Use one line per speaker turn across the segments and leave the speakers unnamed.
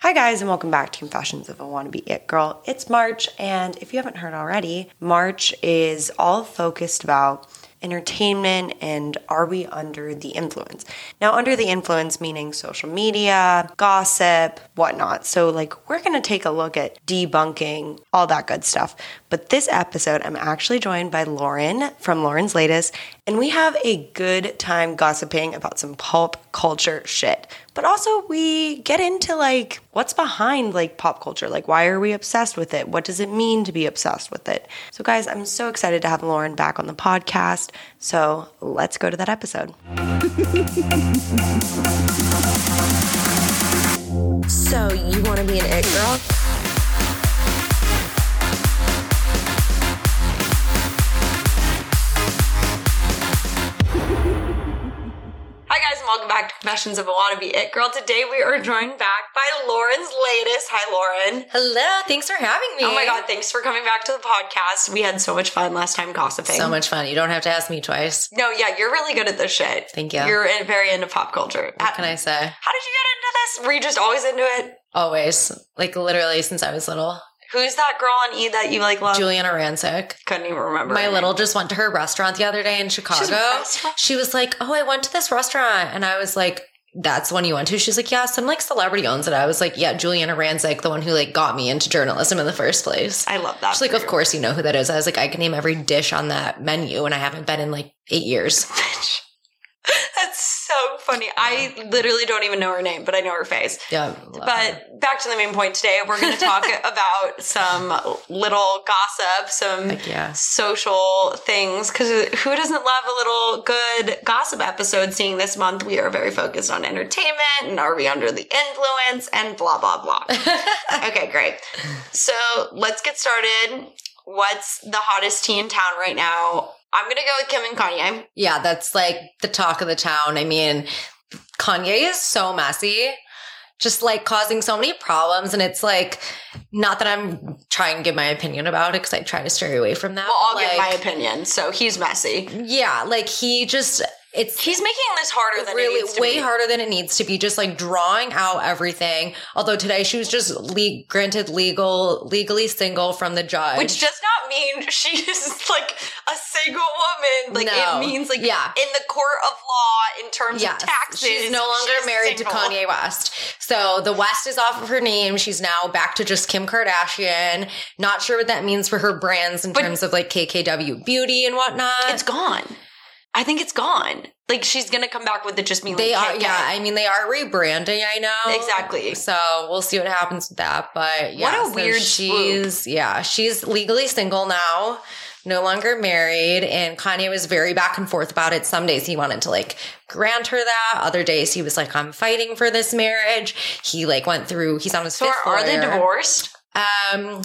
Hi, guys, and welcome back to Confessions of a Wannabe It Girl. It's March, and if you haven't heard already, March is all focused about entertainment and are we under the influence? Now, under the influence meaning social media, gossip, whatnot. So, like, we're gonna take a look at debunking all that good stuff. But this episode, I'm actually joined by Lauren from Lauren's Latest, and we have a good time gossiping about some pulp culture shit. But also, we get into like what's behind like pop culture. Like, why are we obsessed with it? What does it mean to be obsessed with it? So, guys, I'm so excited to have Lauren back on the podcast. So, let's go to that episode. so, you want to be an it girl? Hi, guys, and welcome back to Confessions of a Wannabe It Girl. Today, we are joined back by Lauren's latest. Hi, Lauren.
Hello, thanks for having me.
Oh my god, thanks for coming back to the podcast. We had so much fun last time gossiping.
So much fun. You don't have to ask me twice.
No, yeah, you're really good at this shit.
Thank you.
You're in- very into pop culture.
What can I say?
How did you get into this? Were you just always into it?
Always. Like literally since I was little.
Who's that girl on E that you like love?
Juliana Rancic.
Couldn't even remember.
My
her
little
name.
just went to her restaurant the other day in
She's a
Chicago.
restaurant-
She was like, Oh, I went to this restaurant. And I was like, That's one you went to? She's like, Yeah, some like celebrity owns it. I was like, Yeah, Juliana Rancic, the one who like got me into journalism in the first place.
I love that.
She's like,
for
Of
you.
course you know who that is. I was like, I can name every dish on that menu and I haven't been in like eight years.
Bitch. That's so funny. I literally don't even know her name, but I know her face.
Yeah.
But back to the main point today, we're going to talk about some little gossip, some
like, yeah.
social things because who doesn't love a little good gossip episode seeing this month we are very focused on entertainment and are we under the influence and blah blah blah okay great so let's get started what's the hottest tea in town right now i'm gonna go with kim and kanye
Yeah, that's like the talk of the town. I mean, Kanye is so messy, just like causing so many problems. And it's like, not that I'm trying to give my opinion about it because I try to stray away from that.
well i'll
but,
give my
like,
opinion so he's messy
Yeah, like he just, it's
he's making this harder than really it needs
really
to
way
be.
harder than it needs to be just like drawing out everything although today she was just le- granted legal legally single from the judge
which does not mean she is like a single woman. Like
No.
it means like
Yeah.
in the court of law in terms
Yes.
of taxes.
She's no longer
she's
married
single.
to Kanye West. So the West is off of her name. She's now back to just Kim Kardashian. Not sure what that means for her brands in
But-
terms of like KKW beauty and whatnot.
It's gone. I think it's gone. Like she's gonna come back with it just being
they
like,
are,
KK.
yeah. I mean, they are rebranding. I know
Exactly.
So we'll see what happens with that. But yeah,
a
so
weird
She's yeah, she's legally single now, no longer married. And Kanye was very back and forth about it. Some days he wanted to like grant her that. Other days he was like, "I'm fighting for this marriage." He like went through. He's on his
So
fifth.
are, are they
lawyer.
divorced?
Um,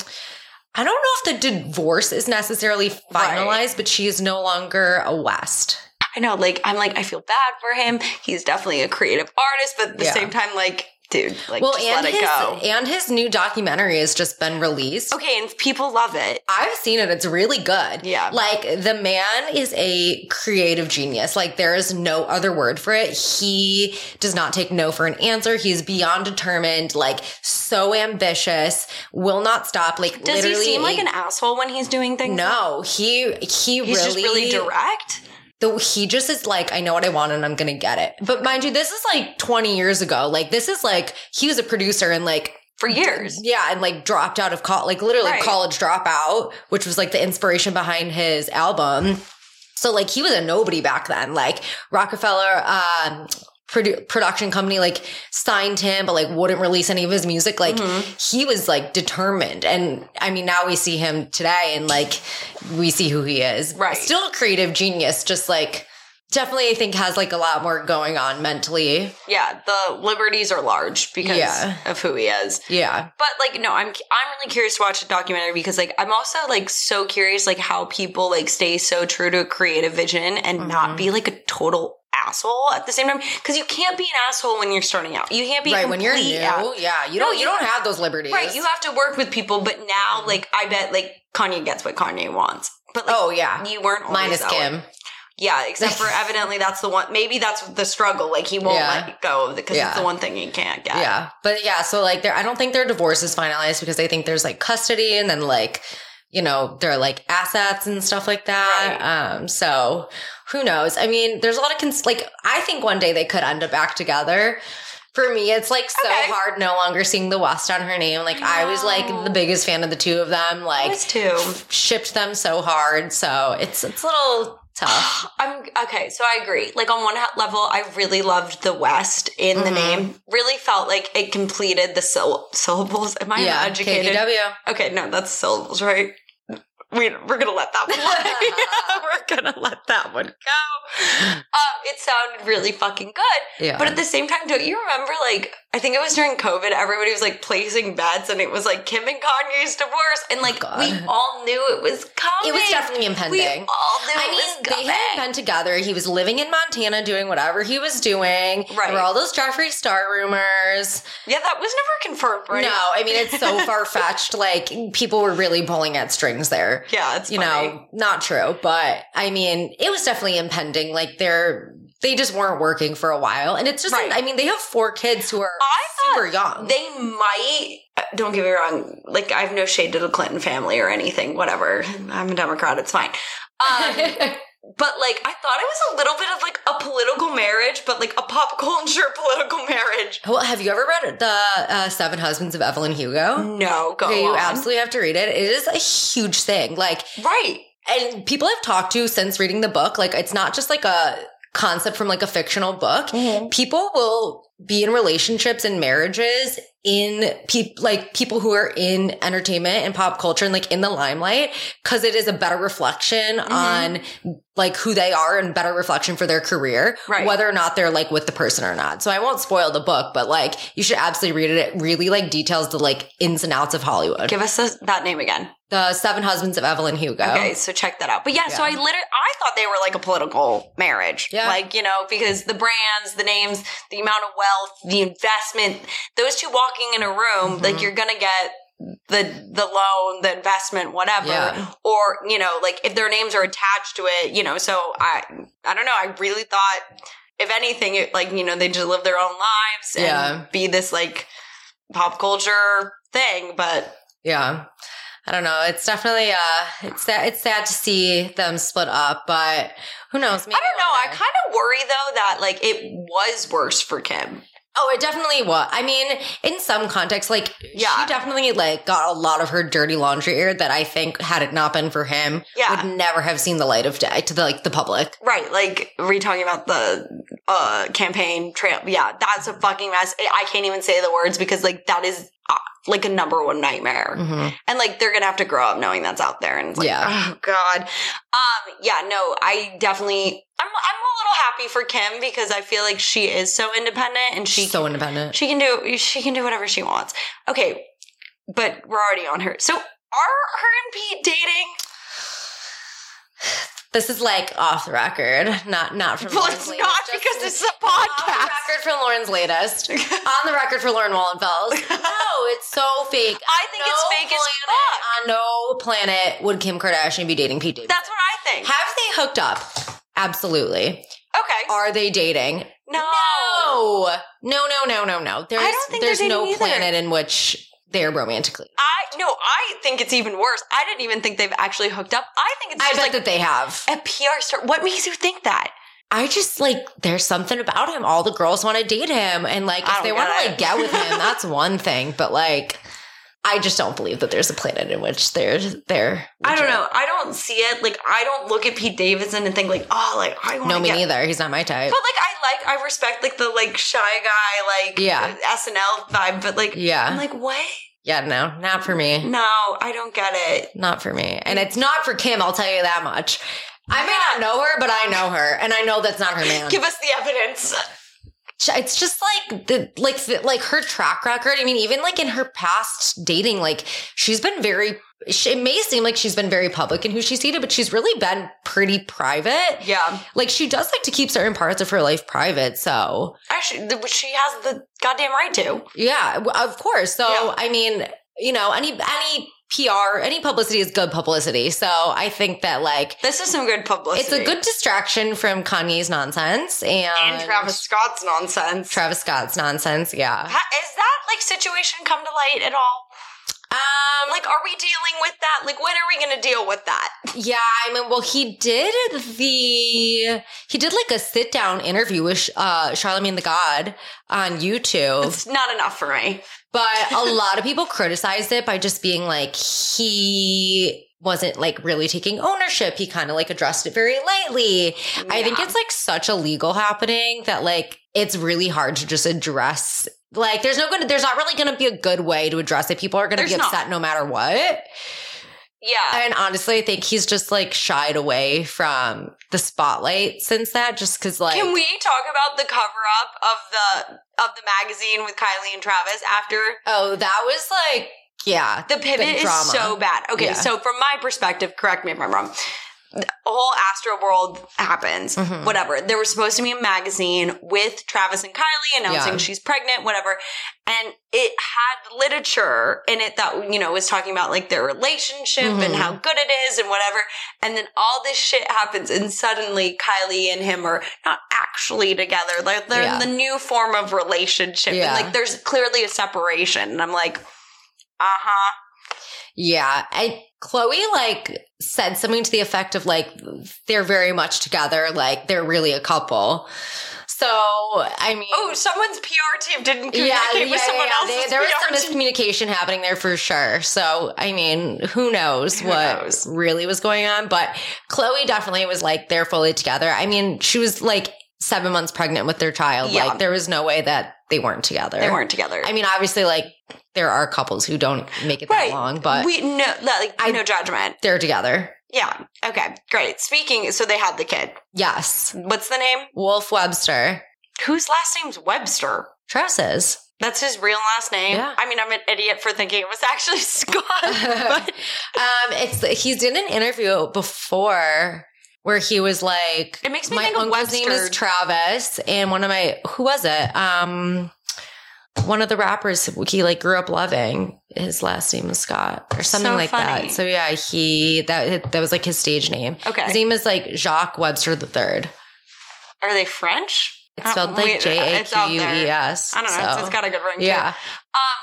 I don't know if the divorce is necessarily finalized,
Right.
but she is no longer a West.
I know. Like I'm like I feel bad for him. He's definitely a creative artist, but at the
Yeah.
same time, like dude, like just let it
his,
go.
and his new documentary has just been released.
okay, and people love it.
I've seen it. It's really good.
Yeah.
Like the man is a creative genius. Like there is no other word for it. He does not take no for an answer. He's beyond determined, like so ambitious, will not stop. Like
Does
literally
he seem like an asshole when he's doing things?
no, he he
he's
really,
just really direct.
the, he just is like, I know what I want and I'm gonna get it. But mind you, this is like 20 years ago. Like this is like he was a producer and like
for years.
yeah, and like dropped out of college, like literally
Right.
college dropout, which was like the inspiration behind his album. So like he was a nobody back then. Like Rockefeller um produ- production company like signed him but like wouldn't release any of his music. Like
Mm-hmm.
he was like determined and I mean now we see him today and like we see who he is.
Right.
Still a creative genius, just like definitely I think has like a lot more going on mentally.
Yeah, the liberties are large because
Yeah.
of who he is.
Yeah.
But like, no, I'm I'm really curious to watch a documentary because like I'm also like so curious like how people like stay so true to a creative vision and not
Mm-hmm.
be like a total asshole at the same time because you can't be an asshole when you're starting out. You can't be
right, when you're new.
complete a-
Yeah. You
No,
don't you
you-
don't have those liberties.
right, you have to work with people, but
Mm-hmm.
now like I bet like Kanye gets what Kanye wants. But like
Oh yeah,
you weren't always
minus
that way.
Kim.
Yeah, except for evidently that's the one. Maybe that's the struggle. Like he won't
Yeah.
let go because
Yeah.
it's the one thing he can't get.
Yeah. But yeah, so like there I don't think their divorce is finalized because they think there's like custody and then like you know, there are like assets and stuff like that. Um so who knows? I mean, there's a lot of cons- like I think one day they could end up back together. For me, it's like so
Okay.
hard no longer seeing the West on her name. Like I was like
know.
the biggest fan of the two of them.
I
Like
was too.
shipped them so hard. So it's it's a little tough.
I'm okay. So I agree. Like on one ha- level, I really loved the West in the
Mhm.
name. Really felt like it completed the syll- syllables. Am I
yeah.
educated?
KDW.
Okay, no, that's syllables, right? We, we're gonna let that one. we're gonna let that one go. Um, it sounded really fucking good,
Yeah.
but at the same time, don't you remember? Like, I think it was during COVID. Everybody was like placing bets, and it was like Kim and Kanye's divorce, and like
Oh God.
we all knew it was coming.
it was definitely impending.
We all knew it
I
was
mean, they
coming.
had been together. He was living in Montana doing whatever he was doing.
Right.
There were all those Jeffree Star rumors.
yeah, that was never confirmed, right?
No, I mean, it's so far fetched. Like, people were really pulling at strings there.
Yeah, it's
You
funny.
know, not true, but I mean, it was definitely impending. Like, they're. They just weren't working for a while. And it's just,
Right.
I mean, they have four kids who are
I
super young.
They might. Don't get me wrong. Like I have no shade to the Clinton family or anything. Whatever. I'm a Democrat. It's fine. Um, but like I thought it was a little bit of like a political marriage, but like a pop culture political marriage.
well, have you ever read The uh, Seven Husbands of Evelyn Hugo?
No, go
Okay, you
on.
absolutely have to read it. It is a huge thing. Like,
right.
and people I've talked to since reading the book, like it's not just like a concept from like a fictional book.
Mm-hmm.
People will be in relationships and marriages in peop like people who are in entertainment and pop culture and like in the limelight because it is a better reflection on like who they are and better reflection for their career,
Mm-hmm. Right.
whether or not they're like with the person or not. So I won't spoil the book, but like you should absolutely read it. It really like details the like ins and outs of Hollywood.
Give us a, that name again.
the Seven Husbands of Evelyn Hugo.
Okay, so check that out. But yeah, so I
Yeah.
literally I thought they were like a political marriage.
Yeah.
Like, you know, because the brands, the names, the amount of wealth, the investment, those two walking in a room,
Mm-hmm.
like you're gonna get the the loan, the investment, whatever.
Yeah.
Or, you know, like if their names are attached to it, you know, so I I don't know, I really thought if anything, it like, you know, they just live their own lives and
Yeah.
be this like pop culture thing, but
yeah i don't know it's definitely uh it's sad it's sad to see them split up but who knows maybe
I don't know. I
one day.
kind of worry though that like it was worse for Kim.
oh it definitely was i mean in some context like
Yeah.
she definitely like got a lot of her dirty laundry aired that i think had it not been for him
Yeah.
would never have seen the light of day to the like the public
Right, like were you talking about the uh campaign trail? Yeah, that's a fucking mess. I I can't even say the words because like that is uh, like a number one nightmare,
Mhm.
and like they're gonna have to grow up knowing that's out there. And it's like,
Yeah.
oh god, um, yeah, no, I definitely, I'm I'm a little happy for Kim because I feel like she is so independent and she
she's so independent
She can do she can do whatever she wants. Okay, but we're already on her. So are her and Pete dating?
this is like off the record not not from
Well,
Lauren's
it's
latest,
not
just-
because this is a
on the
podcast.
record for lauren's latest on the record for lauren wallenfels no it's so fake
I think it's fake as
planet-
fuck.
On no planet would Kim Kardashian be dating Pete Davidson.
That's what I think.
Have they hooked up? Absolutely.
Okay.
Are they dating?
no.
No, no, no, no, no. no. There's,
don't think
there's
they're
no
dating either.
planet in which they're romantically.
I no, I think it's even worse. I didn't even think they've actually hooked up. I think it's
I
just
bet
like
that they have.
a PR star. What makes you think that?
I just like there's something about him. All the girls want to date him, and like
I
if they
don't
want
get
to
it.
like get with him, that's one thing. But like, I just don't believe that there's a planet in which they're they're.
I don't
legit.
know. I don't see it. Like I don't look at Pete Davidson and think like, oh, like I want
No,
to
me
get
neither. He's not my type.
But like I like I respect like the like shy guy like
Yeah.
SNL vibe, but like
Yeah.
I'm like what?
Yeah, no, not for me.
No, I don't get it.
Not for me. And it's not for Kim, I'll tell you that much. I may not know her, but I know her, and I know that's not her man.
Give us the evidence.
It's just like the like the, like her track record. I mean, even like in her past dating, like she's been very. She, it may seem like she's been very public in who she's dated, but she's really been pretty private.
Yeah,
Like she does like to keep certain parts of her life private. So
actually, th- she has the goddamn right to.
yeah, w- of course. So
Yeah.
I mean, you know, any any PR, any publicity is good publicity. So I think that like
This is some good publicity.
it's a good distraction from Kanye's nonsense and,
and Travis Scott's nonsense.
Travis Scott's nonsense. Yeah.
Ha- Has that like situation come to light at all?
Um,
Like, are we dealing with that? Like, when are we going to deal with that?
Yeah, I mean, well, he did the he did like a sit down interview with uh, Charlemagne the God on YouTube,
It's not enough for me.
but a lot of people criticized it by just being like he wasn't like really taking ownership. He kind of like addressed it very lightly. I think
Yeah.
it's like such a legal happening that like it's really hard to just address. Like, there's no good. There's not really going to be a good way to address it. People are going to be
There's not.
upset no matter what.
yeah.
And honestly, I think he's just like shied away from the spotlight since that, just because like
Can we talk about the cover up of the of the magazine with Kylie and Travis after
oh, that was like yeah,
the pivot is
drama.
so bad? Okay,
Yeah.
so from my perspective, correct me if I'm wrong. The whole Astro World happens.
Mhm.
Whatever. There was supposed to be a magazine with Travis and Kylie announcing
Yeah.
she's pregnant, whatever. And it had literature in it that, you know, was talking about like their relationship and
Mhm.
how good it is and whatever. And then all this shit happens, and suddenly Kylie and him are not actually together. Like they're
Yeah.
in the new form of relationship,
Yeah.
and like there's clearly a separation. And I'm like, uh-huh. uh huh.
yeah. And Chloe like said something to the effect of like they're very much together, like they're really a couple. So I mean,
Oh, someone's PR team didn't
yeah,
communicate with someone
yeah.
else's
They- there was
PR
some
team.
miscommunication happening there for sure. So, I mean, who knows
Who
what
knows?
really was going on? But Chloe definitely was like they're fully together. I mean, she was like seven months pregnant with their child.
Yeah.
Like there was no way that they weren't together.
They weren't together.
I mean, obviously, like there are couples who don't make it that
right.
long, but
we no like
I-
no judgment.
they're together.
Yeah. Okay. Great. Speaking. So they had the kid.
Yes,
What's the name?
Wolf Webster.
Whose last name's Webster?
Tresses.
That's his real last name.
Yeah.
I mean, I'm an idiot for thinking it was actually Scott. but
um, it's he did an interview before where he was like,
It makes me
my
think of
uncle's name is
Webster.
Travis, and one of my who was it? Um, one of the rappers he like grew up loving. His last name was Scott or something
So
like
funny.
that. So yeah, he that that was like his stage name.
Okay.
His name is like Jacques Webster the third.
Are they French?
It's
Uh,
spelled
wait,
like J A
it's out
Q U E
there.
S.
I don't know. it's- it's got a good ring. to it.
yeah.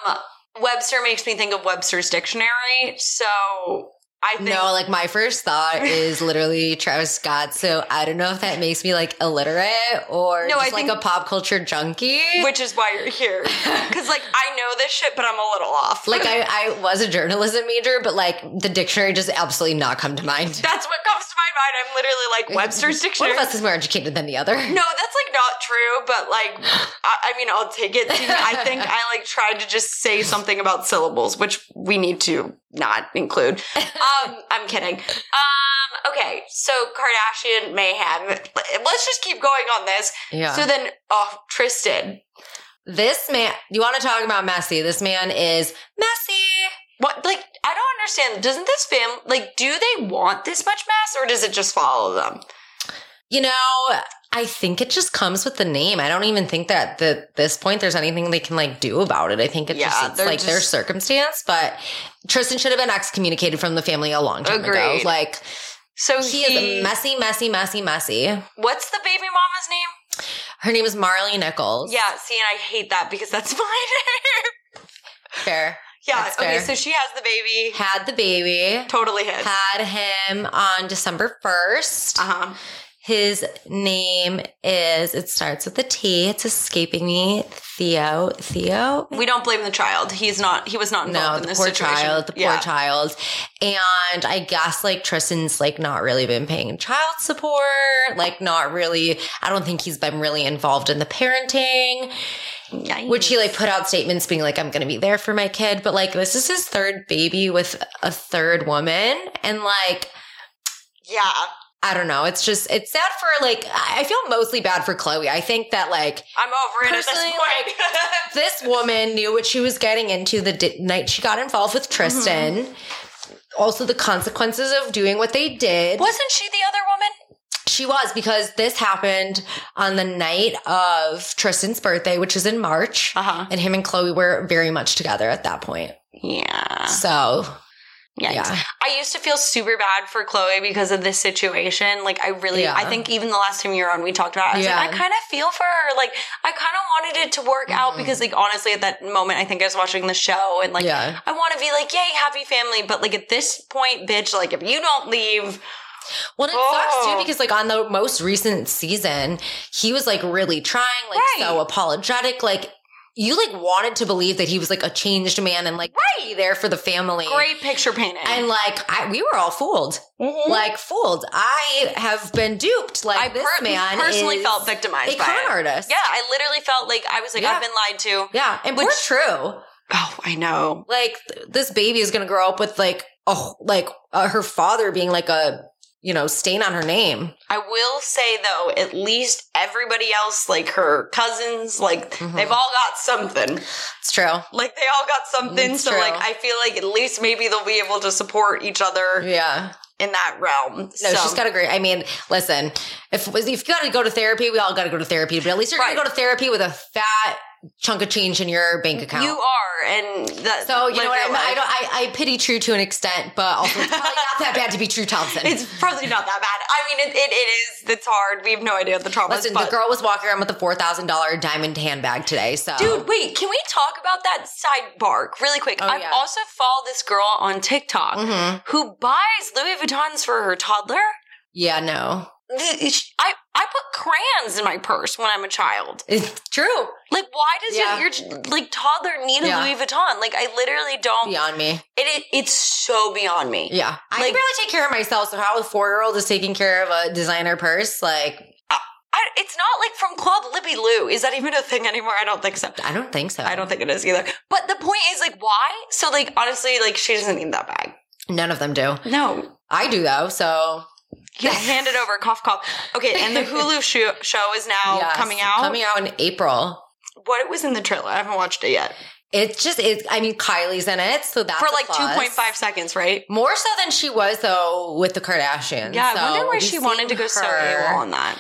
Um, Webster makes me think of Webster's Dictionary. So I think.
No, like my first thought is literally Travis Scott. So I don't know if that makes me like illiterate or
No, I
just like
think-
a pop culture junkie.
which is why you're here. Because, like, I know this shit, but I'm a little off.
like I, I was a journalism major, but like the dictionary just absolutely not come to mind.
that's what comes to my mind. I'm literally like, Webster's
One
Dictionary.
of us is more educated than the other.
No, that's like not true, but like, I, I mean, I'll take it. See, I think I like tried to just say something about syllables, which we need to not include. Um, I'm kidding. Um, okay, so Kardashian mayhem. Let's just keep going on this.
Yeah.
So then, oh, Tristan.
this man, you want to talk about messy? This man is messy.
What, like, I don't understand. Doesn't this fam, like, do they want this much mass or does it just follow them?
You know, I think it just comes with the name. I don't even think that the- at this point there's anything they can like do about it. I think it's
Yeah,
just it's
they're
like their
just-
circumstance. But Tristan should have been excommunicated from the family a long time
Agreed.
ago. Like
So
he is messy, messy, messy, messy.
What's the baby mama's name?
Her name is Marley Nichols.
Yeah, see, and I hate that because that's my name.
fair.
Yeah.
That's
okay.
fair.
So she has the baby.
Had the baby.
Totally his. Uh
Had him on December first.
huh.
His name is. It starts with a T. It's escaping me. Theo. Theo.
We don't blame the child. He's not. He was not involved
No,
in
the
this
poor
situation.
child, the poor
Yeah.
child. And I guess like Tristan's like not really been paying child support, like not really I don't think he's been really involved in the parenting.
Yikes.
Which he like put out statements being like, I'm gonna be there for my kid, but like this is his third baby with a third woman. And like
Yeah.
I don't know. It's just it's sad for like I I feel mostly bad for Chloe. I think that like
I'm over it at this
Personally,
point.
this woman knew what she was getting into the di- night she got involved with Tristan.
Mm-hmm.
Also, the consequences of doing what they did.
Wasn't she the other woman?
She was because this happened on the night of Tristan's birthday, which is in March,
Uh huh.
and him and Chloe were very much together at that point.
Yeah.
So
Yikes.
Yeah.
I used to feel super bad for Chloe because of this situation. Like, I really,
Yeah.
I think even the last time you were on, we talked about. It. I was
Yeah. Mm-hmm.
like, I kind of feel for her. Like, I kind of wanted it to work out because, like, honestly, at that moment, I think I was watching the show and like,
Yeah.
I want to be like, yay, happy family. But like at this point, bitch, like if you don't leave,
Well, and it sucks
Oh.
too because like on the most recent season, he was like really trying, like
Right.
so apologetic, like you like wanted to believe that he was like a changed man and like be there for the family.
great picture painting.
And like I, we were all fooled,
Mhm.
like fooled. I have been duped. Like
I
this
per-
man
personally
is
felt victimized
a
by
con
it.
artist.
Yeah, I literally felt like I was like,
Yeah.
I've been lied to.
yeah, and we're
Which-
true.
Oh, I know.
Like th- this baby is gonna grow up with like oh like uh, her father being like a you know stain on her name.
I will say though, at least everybody else, like her cousins, like
Mhm.
they've all got something.
It's true.
Like they all got something.
It's
so
true.
like I feel like at least maybe they'll be able to support each other
Yeah.
in that realm.
No,
so.
she's got to agree. I mean, listen, if if you got to go to therapy, we all got to go to therapy. But at least you're
Right.
going to go to therapy with a fat chunk of change in your bank account.
You are, and that,
so you
live
know what?
your
I'm,
life.
I don't. I, I pity True to an extent, but also it's probably not that bad to be True Thompson.
It's probably not that bad. I mean, it, it, it is. It's hard. We have no idea what the trauma
listen,
is. But
the girl was walking around with a four thousand dollar diamond handbag today. So
Dude, wait, can we talk about that sidebar really quick?
Oh,
I've
yeah.
also follow this girl on TikTok
Mhm.
who buys Louis Vuittons for her toddler.
yeah, no,
I, I put crayons in my purse when I'm a child.
it's true.
Like, why does
Yeah.
your, your like toddler need a
Yeah.
Louis Vuitton? Like, I literally don't.
Beyond me,
It, it it's so beyond me.
yeah. I can
Like-
barely take care of myself. So how a four year old is taking care of a designer purse? Like
I, it's not like from Club Libby Lou. Is that even a thing anymore? I don't think so.
I don't think so.
I don't think it is either. But the point is, like, why? So, like, honestly, like, she doesn't need that bag.
None of them do.
No,
I do though. So
Yeah, hand it over. Cough, cough. Okay, and the Hulu show, show is now
Yes,
Oh, coming out.
coming out in April.
What it was in the trailer? I haven't watched it yet.
It's just it's. I mean, Kylie's in it, so that's
For
a
like
plus.
two point five seconds, right?
More so than she was though with the Kardashians.
Yeah,
so
I wonder why
we've
she wanted to go
seen
so
her-
AWOL on that.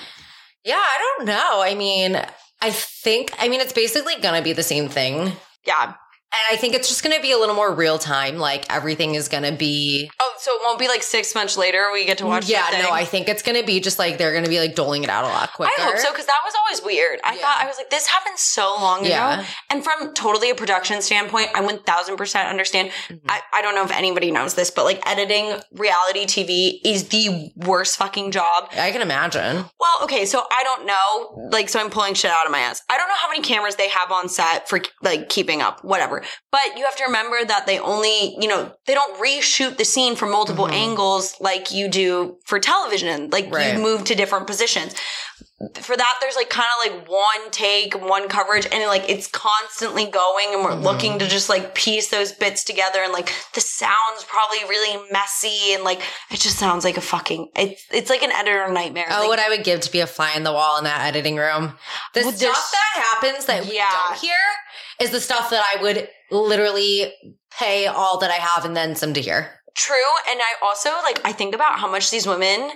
Yeah, I don't know. I mean, I think. I mean, it's basically gonna be the same thing.
Yeah.
And I think it's just going to be a little more real time. Like everything is going to be.
Oh, so it won't be like six months later we get to watch.
yeah,
the thing?
no, I think it's going to be just like they're going to be like doling it out a lot quicker.
I hope so because that was always weird. I
Yeah.
thought I was like, this happened so long
Yeah.
ago, and from totally a production standpoint, I one thousand percent understand. I, I don't know if anybody knows this, but like editing reality TV is the worst fucking job.
I can imagine.
Well, okay, so I don't know. Like, so I'm pulling shit out of my ass. I don't know how many cameras they have on set for like keeping up, whatever. But you have to remember that they only, you know, they don't reshoot the scene from multiple
Mhm.
angles like you do for television. Like
Right.
you move to different positions. For that, there's like kind of like one take, one coverage, and like it's constantly going, and we're looking to just like piece those bits together, and like the sound's probably really messy, and like it just sounds like a fucking it's it's like an editor nightmare.
Oh,
Like,
what I would give to be a fly in the wall in that editing room. The
Well, there's-
stuff that happens that we
Yeah.
don't hear is the stuff that I would literally pay all that I have and then some to hear.
True, and I also like I think about how much these women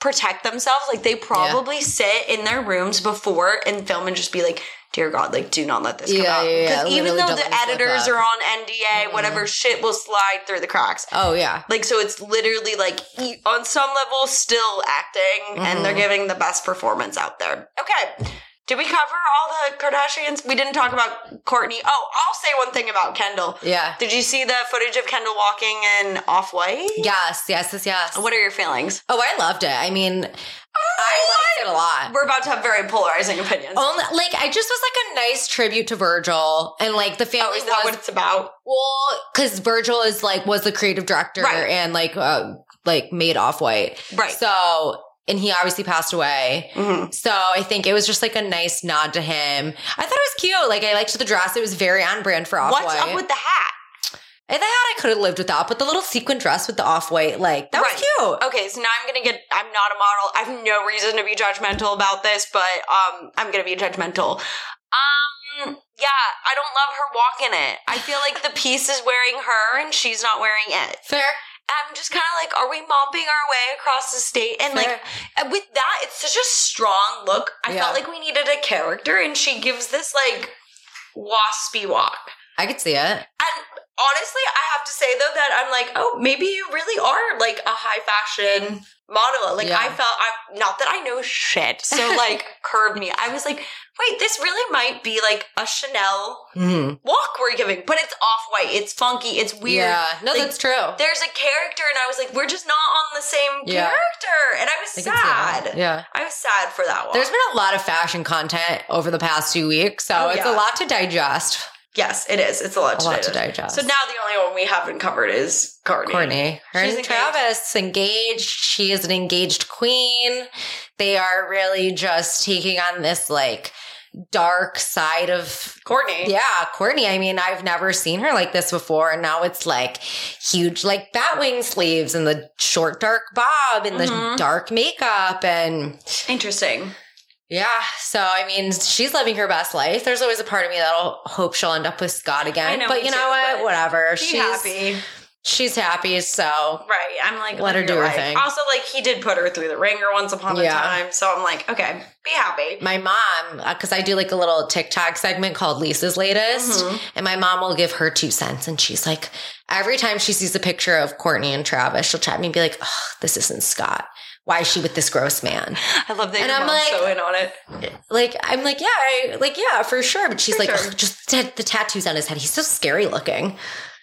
protect themselves. Like they probably sit in their rooms before and film and just be like, "Dear God, like do not let this come
Yeah,
out."
yeah, yeah.
even
Literally
though
don't
the
let it slip
editors
up. Mm-hmm.
are on NDA, whatever shit will slide through the cracks.
Oh yeah.
Like so, it's literally like e- on some level still acting, and
Mm-hmm.
they're giving the best performance out there. Okay. Did we cover all the Kardashians? We didn't talk about Courtney. Oh, I'll say one thing about Kendall.
Yeah.
Did you see the footage of Kendall walking in off white?
Yes, yes, yes, yes.
What are your feelings?
Oh, I loved it. I mean, I liked it a lot.
We're about to have very polarizing opinions.
Only, like I just was like a nice tribute to Virgil and like the
Oh,
family
is that
was
what it's about?
well because Virgil is like was the creative director
Right.
and like uh, like made Off White
Right.
so and he obviously passed away
Mhm.
So I think it was just like a nice nod to him. I thought it was cute. Like I liked the dress. It was very on brand for off white.
What's up with the hat?
the hat? I could have lived without, but the little sequin dress with the off white, like that
Right.
was cute.
Okay, so now I'm gonna get. I'm not a model. I have no reason to be judgmental about this, but um, I'm gonna be judgmental. Um, yeah, I don't love her walking it. I feel like the piece is wearing her, and she's not wearing it.
Fair.
I'm just kind of like, are we mopping our way across the state? And like,
Fair.
and with that, it's such a strong look. I
Yeah.
felt like we needed a character, and she gives this like waspy walk.
I could see it.
And honestly, I have to say, say though that I'm like, oh, maybe you really are like a high fashion model. Like
Yeah.
I felt I not that I know shit. So like curved me. I was like, wait, this really might be like a Chanel
Mhm.
walk we're giving, but it's off-white, it's funky, it's weird.
Yeah. No,
Like,
that's true.
There's a character, and I was like, we're just not on the same
Yeah.
character. And I was
I can see that.
sad.
Yeah.
I was sad for that one.
There's been a lot of fashion content over the past few weeks, so
Oh,
it's
yeah.
a lot to digest.
yes, it is. It's a lot,
A
to,
lot to
digest.
digest.
So now the only one we haven't covered is Courtney.
Courtney, her and
She's engaged.
Travis engaged. She is an engaged queen. They are really just taking on this like dark side of
Courtney.
yeah, Courtney. I mean, I've never seen her like this before. And now it's like huge, like bat wing sleeves and the short, dark bob and the
Mhm.
dark makeup. And
Interesting.
yeah, so I mean, she's living her best life. There's always a part of me that'll hope she'll end up with Scott again.
I know,
but
me
you
too,
know what?
but
Whatever.
Be
she's
happy.
She's happy. So
Right. I'm like,
Let her
you're
do her
right.
thing.
Also, like, he did put her through the ringer once upon
Yeah.
a time. So I'm like, okay, be happy.
my mom, because I do like a little TikTok segment called Lisa's Latest,
Mhm.
and my mom will give her two cents. And she's like, every time she sees a picture of Courtney and Travis, she'll chat me and be like, oh, this isn't Scott. Why is she with this gross man?
I love that
And
your
I'm
mom's
like-
so in on it.
Like, I'm like, yeah, I, like, yeah, for sure. But she's
For
like,
sure.
"Ugh, just the, the tattoos on his head. He's so scary looking.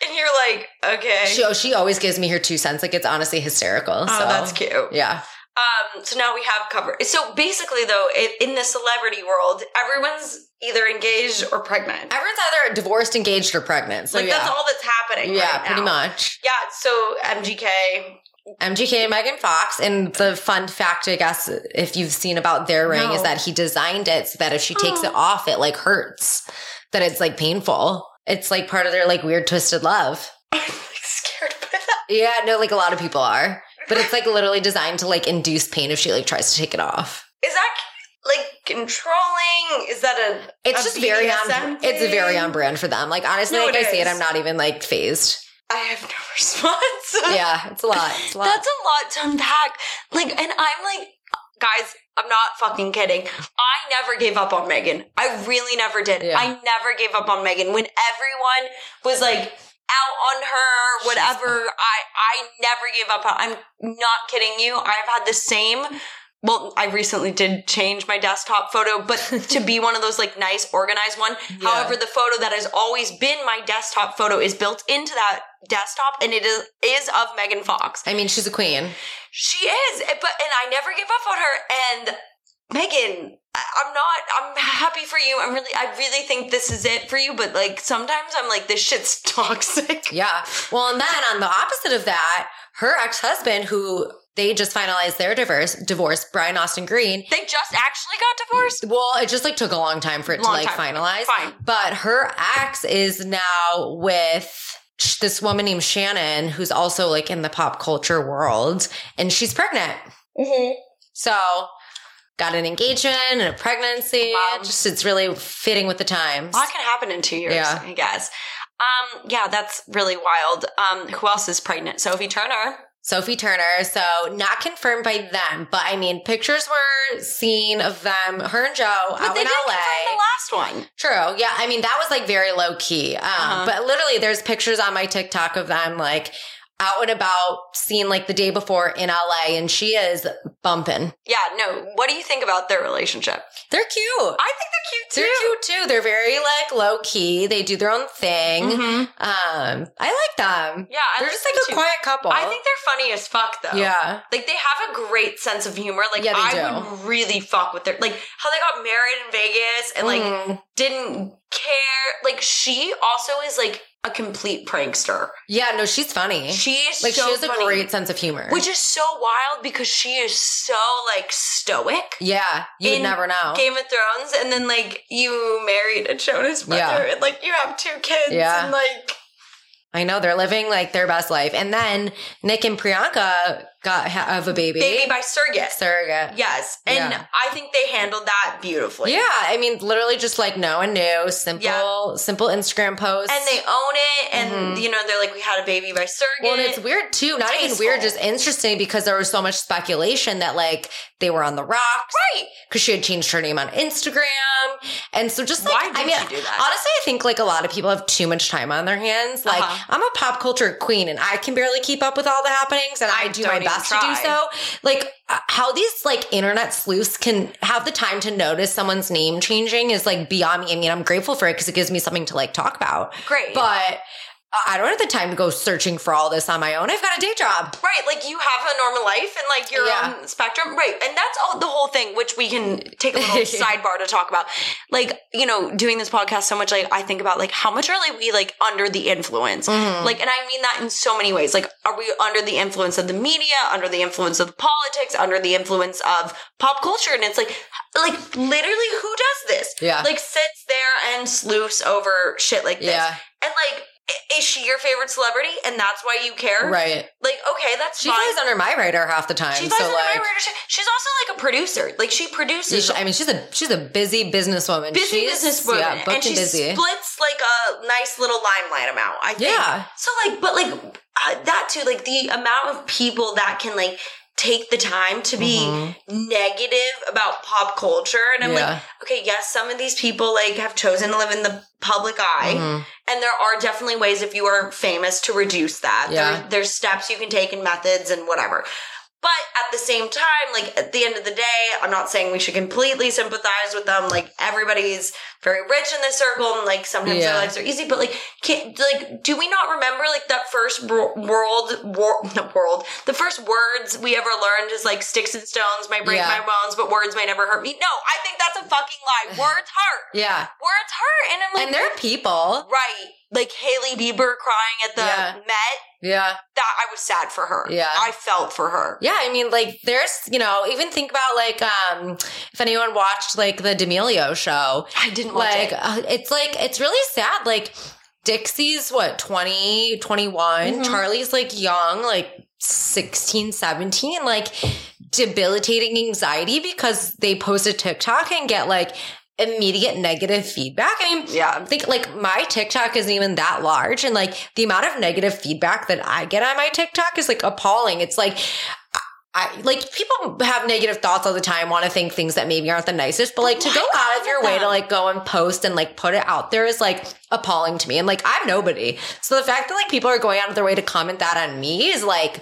And you're like, okay.
She, oh, she always gives me her two cents. Like, it's honestly hysterical.
oh,
so.
that's cute.
Yeah.
Um, so now we have cover. So basically, though, it, in the celebrity world, everyone's either engaged or pregnant.
Everyone's either divorced, engaged, or pregnant. So,
like,
Oh, yeah.
that's all that's happening.
yeah,
right
pretty
now.
much.
Yeah, so MGK.
MGK and Megan Fox. And the fun fact, I guess, if you've seen about their ring,
No.
is that he designed it so that if she takes
Oh.
it off, it like hurts, that it's like painful. It's like part of their like weird twisted love.
I'm like scared by that.
Yeah, no, like a lot of people are. But it's like literally designed to like induce pain if she like tries to take it off.
Is that like controlling? Is that a.
It's
a
just very on
BDSM
it's very on
thing?
brand for them. Like honestly,
No,
like
it
I see it,
is.
I'm not even like phased.
I have no response.
Yeah, it's a lot. It's a lot.
That's a lot to unpack. Like, and I'm like, guys, I'm not fucking kidding. I never gave up on Megan. I really never did.
Yeah.
I never gave up on Megan when everyone was like out on her, whatever. I I never gave up. on I'm not kidding you. I've had the same. Well, I recently did change my desktop photo, but to be one of those like nice organized one.
Yeah.
However, the photo that has always been my desktop photo is built into that desktop and it is is of Megan Fox.
I mean, she's a queen.
She is, eh, but and I never give up on her. And Megan, I- I'm not. I'm happy for you. I'm really. I really think this is it for you. But like sometimes I'm like, this shit's toxic.
Yeah. Well, and then on the opposite of that, her ex husband, who they just finalized their divorce, divorce, Brian Austin Green.
They just actually got divorced.
Well, it just like took a long time for it
Long
to like
time.
finalize.
Fine.
But her ex is now with sh- this woman named Shannon, who's also like in the pop culture world, and she's pregnant. So got an engagement and a pregnancy.
Wow.
Just it's really fitting with the times.
A lot can happen in two years.
Yeah.
I guess. Um. Yeah, that's really wild. Um. Who else is pregnant? Sophie
Oh,
Turner.
Sophie Turner. So not confirmed by them, but I mean, pictures were seen of them, her and Joe
But
out
they
in
did confirm
LA.
the last one.
True. Yeah. I mean, that was like very low key. Um,
Uh-huh.
But literally, there's pictures on my TikTok of them like out and about, seen like the day before in LA, and she is bumping.
Yeah. No. What do you think about their relationship?
They're cute.
I think
They're cute too. They're very like low key. They do their own thing.
Mhm.
Um, I like them.
Yeah. I
They're just like a
them too.
quiet couple.
I think they're funny as fuck though.
Yeah.
Like they have a great sense of humor. Like
Yeah, they
I would really fuck with their like how they got married in Vegas and like
Mhm.
didn't care. Like she also is like a complete prankster.
yeah, no, she's funny.
She is
Like
so
she has a
funny,
great sense of humor.
which is so wild because she is so like stoic.
yeah, you would
in
never know.
Game of Thrones, and then like you married a Jonas brother,
Yeah.
and like you have two kids,
Yeah.
and like
I know they're living like their best life. And then Nick and Priyanka got ha- of a baby.
Baby by Surrogate.
surrogate.
Yes. And
Yeah.
I think they handled that beautifully.
yeah, I mean, literally just like no and new, simple,
Yeah.
simple Instagram posts.
And they own it. And,
Mhm.
you know, they're like, we had a baby by surrogate.
Well, and it's weird too. Not even
Tasteful.
weird, just interesting because there was so much speculation that like they were on the rocks
Right.
because she had changed her name on Instagram, and so just like
Why did
I mean,
she do that?
honestly, I think like a lot of people have too much time on their hands. Like
Uh-huh.
I'm a pop culture queen, and I can barely keep up with all the happenings, and I,
I
do
don't
my
even
best to
try.
do so. Like uh, how these like internet sleuths can have the time to notice someone's name changing is like beyond me. I mean, I'm grateful for it because it gives me something to like talk about.
Great.
But I don't have the time to go searching for all this on my own. I've got a day job.
Right, like you have a normal life and like your
Yeah.
own spectrum. Right. And that's all the whole thing, which we can take a little sidebar to talk about. Like, you know, doing this podcast so much, like I think about like how much are like we like under the influence?
Mm-hmm.
Like, and I mean that in so many ways. Like, are we under the influence of the media, under the influence of politics, under the influence of pop culture? And it's like like literally who does this?
Yeah.
Like sits there and sleuths over shit like this.
Yeah.
And like i- is she your favorite celebrity and that's why you care?
Right.
Like, okay, that's
She
fine.
flies under my radar half the time.
she flies
so
under
like,
my radar. She's also like a producer. Like she
you
produces.
should- I mean, she's a she's a busy businesswoman.
Busy
she's,
businesswoman,
yeah, booked
and she
busy.
splits like a nice little limelight amount. I think.
Yeah.
So like, but like uh, that too. Like the amount of people that can like take the time to be negative about pop culture, and I'm
Mm-hmm. Yeah.
like, okay, yes, some of these people like have chosen to live in the public eye,
Mm-hmm.
and there are definitely ways if you are famous to reduce that.
Yeah.
There, there's steps you can take and methods and whatever. But at the same time, like at the end of the day, I'm not saying we should completely sympathize with them. Like everybody's very rich in this circle, and like sometimes
Yeah.
their lives are easy. But like, can like do we not remember like that first wor- world war not world the first words we ever learned is like sticks and stones may break
Yeah.
my bones, but words may never hurt me. No, I think that's a fucking lie. Words hurt.
Yeah.
Words hurt, and I'm like,
And there are people.
right, like Haley Bieber crying at the
Yeah.
Met.
Yeah.
That I was sad for her.
Yeah.
I felt for her.
Yeah, I mean, like, there's, you know, even think about, like, um, if anyone watched, like, the D'Amelio show,
I didn't watch
like
it.
uh, it's like it's really sad like dixie's what 20 21
Mm-hmm.
charlie's like young like 16 17 like debilitating anxiety because they post a tiktok and get like immediate negative feedback i mean
Yeah.
I think like my TikTok isn't even that large, and like the amount of negative feedback that I get on my TikTok is like appalling. It's like. I- I, like people have negative thoughts all the time, want to think things that maybe aren't the nicest, but like to
Why
go out
bother
of your way to
them?
like go and post and like put it out there is like appalling to me. And like I'm nobody. So the fact that like people are going out of their way to comment that on me is like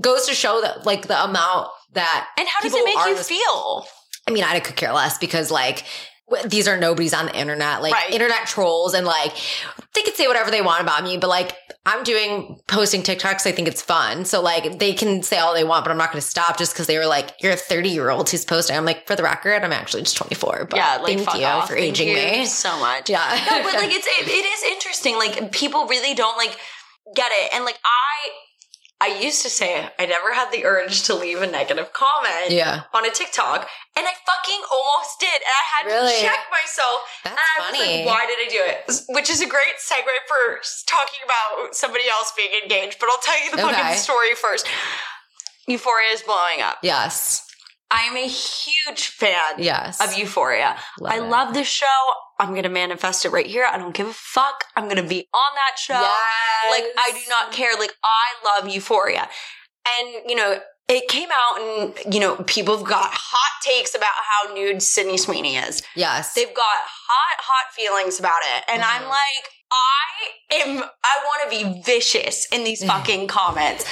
goes to show that like the amount that
And how does
people
it make
are
you
this-
feel?
I mean, I could care less because like w- these are nobodies on the internet, like
Right.
internet trolls, and like they could say whatever they want about me, but like I'm doing posting TikToks. I think it's fun, so like they can say all they want, but I'm not going to stop just because they were like, "You're a 30 year old who's posting." I'm like, for the record, I'm actually just 24. But
yeah, like
thank
fuck
you
off.
for
Thank
aging
you
me.
so much.
Yeah,
No, but like it's it, it is interesting. Like people really don't like get it, and like I I used to say I never had the urge to leave a negative comment.
yeah,
On a TikTok, and I fucking almost did, and I had
Really?
to check myself.
That's
and I
funny.
was like, "Why did I do it?" Which is a great segue for talking about somebody else being engaged. But I'll tell you the
Okay.
fucking story first. Euphoria is blowing up.
yes,
I'm a huge fan
yes.
of Euphoria.
Love
I
it.
love this show. I'm going to manifest it right here. I don't give a fuck. I'm going to be on that show.
Yes.
Like, I do not care. Like, I love Euphoria. And, you know, it came out, and, you know, people have got hot takes about how nude Sydney Sweeney is.
Yes, Mm-hmm.
They've got hot, hot feelings about it. And I'm like, I am I want to be vicious in these
Mm-hmm.
fucking comments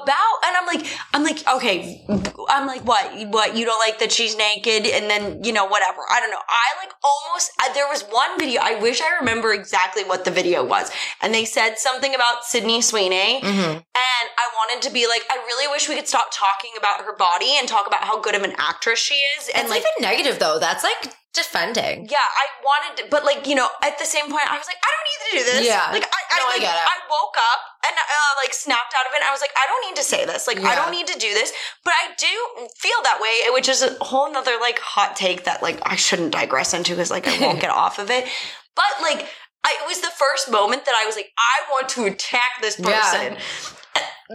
about and I'm like I'm like okay I'm like what what you don't like that she's naked and then you know whatever I don't know I like almost I, there was one video I wish I remember exactly what the video was and they said something about Sydney Sweeney
Mm-hmm.
and I wanted to be like I really wish we could stop talking about her body and talk about how good of an actress she is and
that's
like
even negative though. That's like defending.
yeah, I wanted, to, but like you know, at the same point, I was like, I don't need to do this.
Yeah.
like I, I,
No, I
like,
get it.
I woke up and uh, like snapped out of it. And I was like, I don't need to say this. Like
Yeah.
I don't need to do this, but I do feel that way, which is a whole nother like hot take that like I shouldn't digress into because like I won't get off of it. But like, I, it was the first moment that I was like, I want to attack this
Yeah.
person.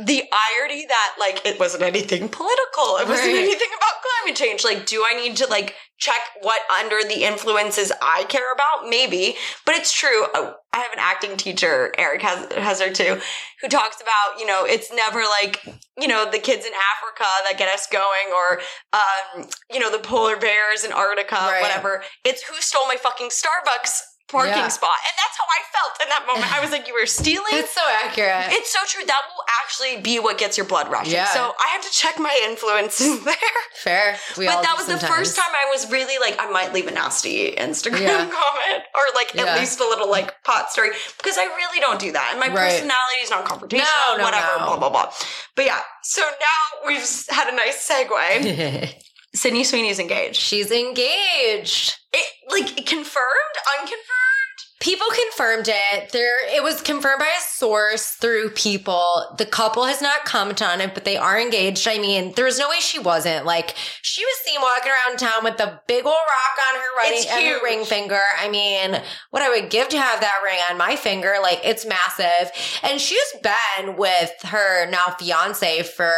the irony that like it wasn't anything political. It wasn't
Right.
anything about climate change. Like, do I need to like check what under the influences I care about? Maybe, but it's true. Oh, I have an acting teacher, Eric has Hezzer too, who talks about you know it's never like you know the kids in Africa that get us going or um you know the polar bears in Antarctica,
Right.
whatever. It's who stole my fucking Starbucks parking
Yeah.
spot, and that's how I felt in that moment. I was like, you were stealing.
It's so accurate.
It's so true. That will actually be what gets your blood rushing.
Yeah.
So I have to check my influences there.
Fair. We all
but that
do
was the
sometimes.
first time I was really like, I might leave a nasty Instagram
Yeah.
comment or like
Yeah.
at least a little like pot story because I really don't do that. And my
Right.
personality is not
No,
confrontational,
no,
whatever,
no.
blah, blah, blah. But yeah, so now we've s- had a nice segue. Sydney Sweeney's engaged.
She's engaged.
It like confirmed, unconfirmed.
People confirmed it. There, it was confirmed by a source through people. The couple has not commented on it, but they are engaged. I mean, there was no way she wasn't. Like, she was seen walking around town with the big old rock on her wedding
It's
and her
huge.
ring finger. I mean, what I would give to have that ring on my finger, like, it's massive. And she's been with her now fiance for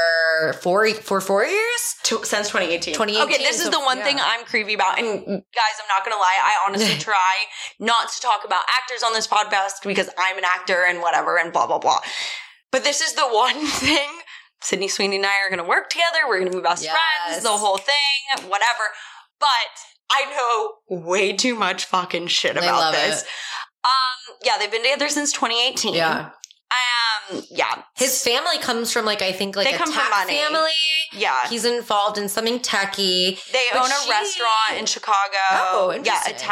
four for four years.
to, since 2018.
2018,
Okay, this is
so-
the one
yeah.
thing I'm creepy about. And guys, I'm not gonna lie. I honestly try not to talk about actors on this podcast because I'm an actor and whatever and blah blah blah. But this is the one thing. Sydney Sweeney and I are gonna work together. We're gonna be best
Yes.
friends. The whole thing, whatever. But I know way too much fucking shit
I
about
love
this.
it.
Um, yeah, they've been together since 2018.
Yeah.
Um, yeah.
His family comes from like I think like
They
a
come from
tech
money.
family.
Yeah.
He's involved in something techie.
They
But
own a
she-
restaurant in Chicago.
Oh,
yeah,
interesting.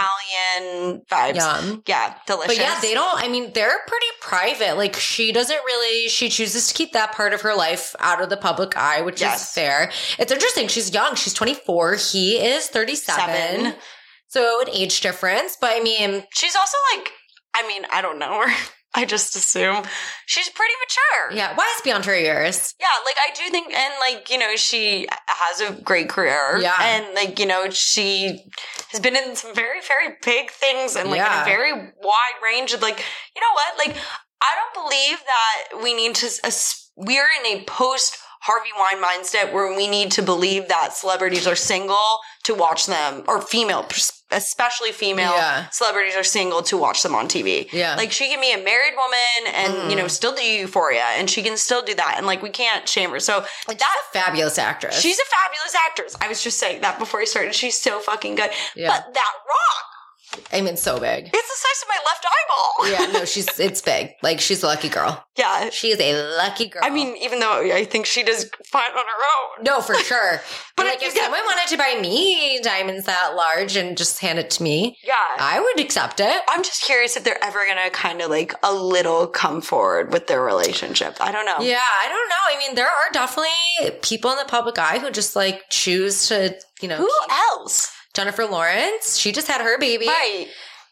Italian vibes. Yeah,
Yum.
delicious.
But yeah, they don't. I mean, they're pretty private. Like she doesn't really. She chooses to keep that part of her life out of the public eye, which is
Yes.
fair. It's interesting. She's young. She's twenty four. He is thirty seven.
Seven.
So an age difference. But I mean,
She's also like, I mean, I don't know her. I just assume she's pretty mature.
yeah, wise beyond her years.
Yeah, like I do think, and like you know, she has a great career.
Yeah.
and like you know, she has been in some very, very big things, and like in
Yeah.
a very wide range of like, you know what? Like, I don't believe that we need to. as- We're in a post Harvey Wine mindset where we need to believe that celebrities are single to watch them, or female, especially female
Yeah.
celebrities are single to watch them on TV.
Yeah.
like she can be a married woman and you
Mm.
know still do Euphoria, and she can still do that, and like we can't shame her. So
Like that fabulous actress.
she's a fabulous actress. I was just saying that before I started. She's so fucking good.
Yeah.
But that rock,
I mean, so big.
it's the size of my left eyeball.
Yeah, no, she's it's big. Like she's a lucky girl.
Yeah.
She is a lucky girl.
I mean, even though I think she does fine on her own.
No, for sure. but
But
like,
if you
if
get-
someone wanted to buy me diamonds that large and just hand it to me,
Yeah. I-
I would accept it.
am just curious if they're ever gonna kind of like a little come forward with their relationship. I don't know.
Yeah, I don't know. I mean, there are definitely people in the public eye who just like choose to, you know,
Who
keep-
else?
Jennifer Lawrence. She just had her baby,
Right.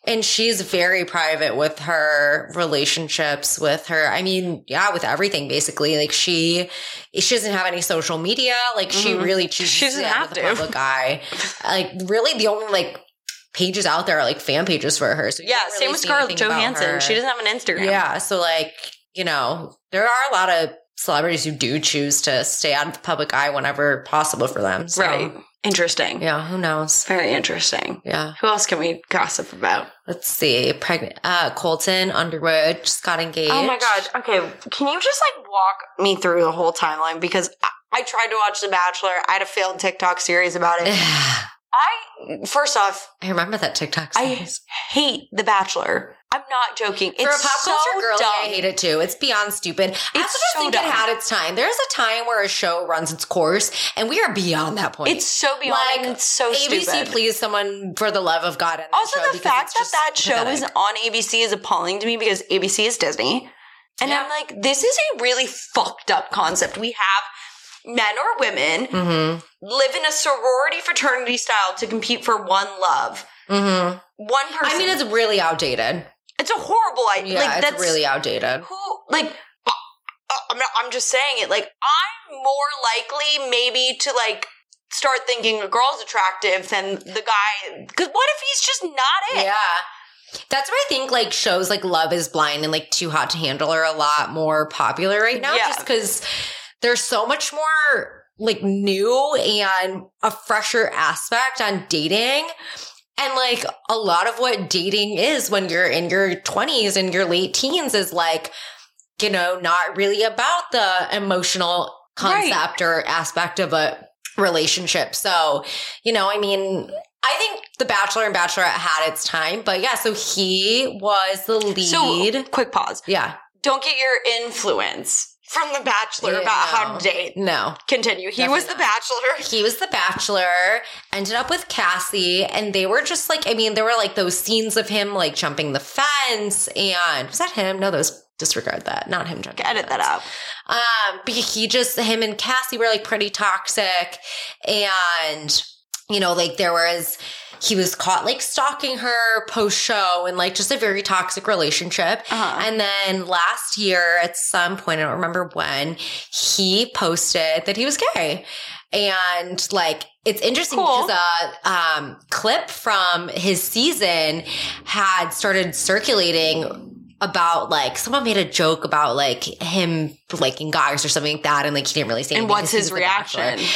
and she's very private with her relationships with her. I mean, yeah, with everything basically. Like she, she doesn't have any social media. Like she
Mhm.
really chooses
She doesn't
to have
have
with the
to.
public eye. Like really, the only like pages out there are like fan pages for her. So you
Yeah,
don't really
same with
see
Scarlett
anything about
Johansson.
her.
She doesn't have an Instagram.
Yeah. So, like, you know, there are a lot of celebrities who do choose to stay out of the public eye whenever possible for them. So,
Right. Interesting.
Yeah. Who knows?
Very interesting.
Yeah.
Who else can we gossip about?
Let's see. Pregnant. Uh, Colton Underwood just got engaged.
Oh my god. Okay, can you just like walk me through the whole timeline because I, I tried to watch The Bachelor. I had a failed TikTok series about it.
I
I first off
remember that TikTok.
I-
series.
hate The Bachelor. I'm not joking.
For
it's
a pop
so
culture girl,
dumb.
I hate it too. It's beyond stupid. I also just
so
think it
dumb.
had its time. There's a time where a show runs its course, and we are beyond that point.
It's so beyond.
Like,
and it's so
ABC,
stupid.
please, someone for the love of God. end that
Also,
show
the
because
fact
it's
that
just
that show
pathetic.
is on ABC is appalling to me because ABC is Disney. And
Yeah.
I'm like, this is a really fucked up concept. We have men or women
Mm-hmm.
live in a sorority fraternity style to compete for one love.
Mm-hmm.
One person.
I mean, it's really outdated.
it's a horrible idea.
Yeah,
like,
it's
that's
really outdated.
who, like, uh, uh, I'm, not, I'm just saying it. Like, I'm more likely maybe to, like, start thinking a girl's attractive than the guy. Because what if he's just not it?
Yeah. That's why I think like shows like Love is Blind and like Too Hot to Handle are a lot more popular right now
Yeah.
just because there's so much more like new and a fresher aspect on dating. And like a lot of what dating is when you're in your 20s and your late teens is like, you know, not really about the emotional
Right.
concept or aspect of a relationship. So, you know, I mean, I think The Bachelor and Bachelorette had its time, but yeah, so he was the lead.
So, quick pause.
yeah.
Don't get your influence from The Bachelor
Yeah,
about
no.
how to date.
No.
Continue. He was The
Definitely
Bachelor.
He was the bachelor, ended up with Cassie, and they were just like, I mean, there were like those scenes of him like jumping the fence and was that him? No, those disregard that. Not him jumping. the
Edit that
fence.
out.
Um, but he just him and Cassie were like pretty toxic, and you know, like there was he was caught like stalking her post show and like just a very toxic relationship.
Uh-huh.
And then last year, at some point, I don't remember when, he posted that he was gay. And like, it's interesting
Cool.
because a um, clip from his season had started circulating about like someone made a joke about like him liking guys or something like that, and like he didn't really say.
And
anything 'cause
what's
he was
his
The Bachelor.
reaction?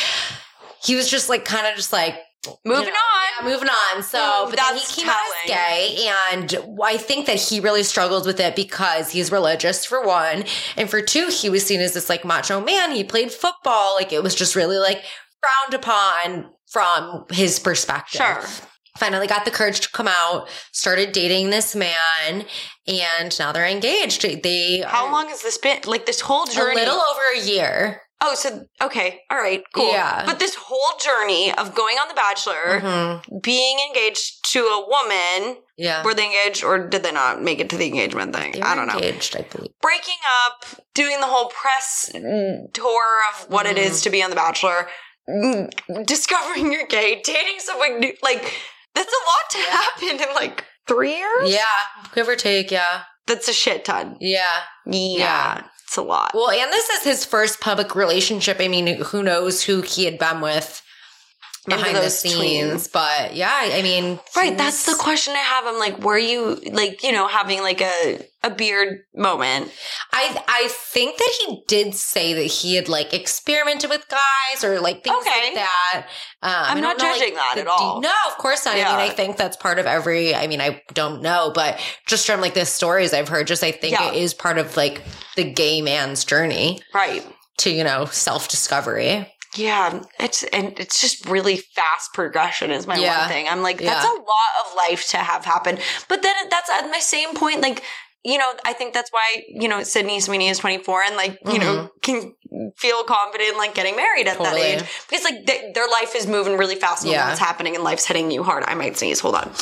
He was just like kind of just like
Moving
you know,
on.
yeah, moving on. So,
Ooh,
but then he
that's
came out as gay, and I think that he really struggled with it because he's religious for one, and for two, he was seen as this like macho man. He played football, like it was just really like frowned upon from his perspective
Sure.
finally got the courage to come out, started dating this man, and now they're engaged. They
How
are
long has this been? Like this whole
A
journey.
little over a year.
Oh, so okay, all right, cool.
Yeah.
But this whole journey of going on The Bachelor,
Mhm.
being engaged to a woman,
Yeah,
were they engaged or did they not make it to the engagement thing?
They were
I don't know.
engaged, I believe.
Breaking up, doing the whole press tour of what it is to be on The Bachelor, mm, discovering you're gay, dating someone new, like that's a lot to happen in like three years.
Yeah, give or take. Yeah,
That's a shit ton.
yeah.
Yeah, it's a lot.
Well, and this is his first public relationship. I mean, who knows who he had been with
Into
behind the
those
scenes?
tweens.
But yeah, I mean,
Right,
he's-
that's the question I have. I'm like, were you like, you know, having like a a beard moment?
I I think that he did say that he had like experimented with guys or like things
Okay.
like that. Um,
I'm
I
not
don't know,
judging that
the
at all.
no, of course not. I mean,
Yeah.
I think that's part of every. I mean, I don't know, but just from like the stories I've heard, just I think
Yeah.
it is part of like the gay man's journey
Right.
to you know self discovery.
Yeah, it's and it's just really fast progression is my
Yeah.
one thing. I'm like, that's
Yeah.
a lot of life to have happen. But then it- that's at my same point, like. You know, I think that's why, you know, Sydney Sweeney is 24 and like, you know, can feel confident in like getting married at
Mm-hmm. Totally.
that age because like they, their life is moving really fast and
Yeah.
what's happening and life's hitting you hard. I might sneeze. Hold on.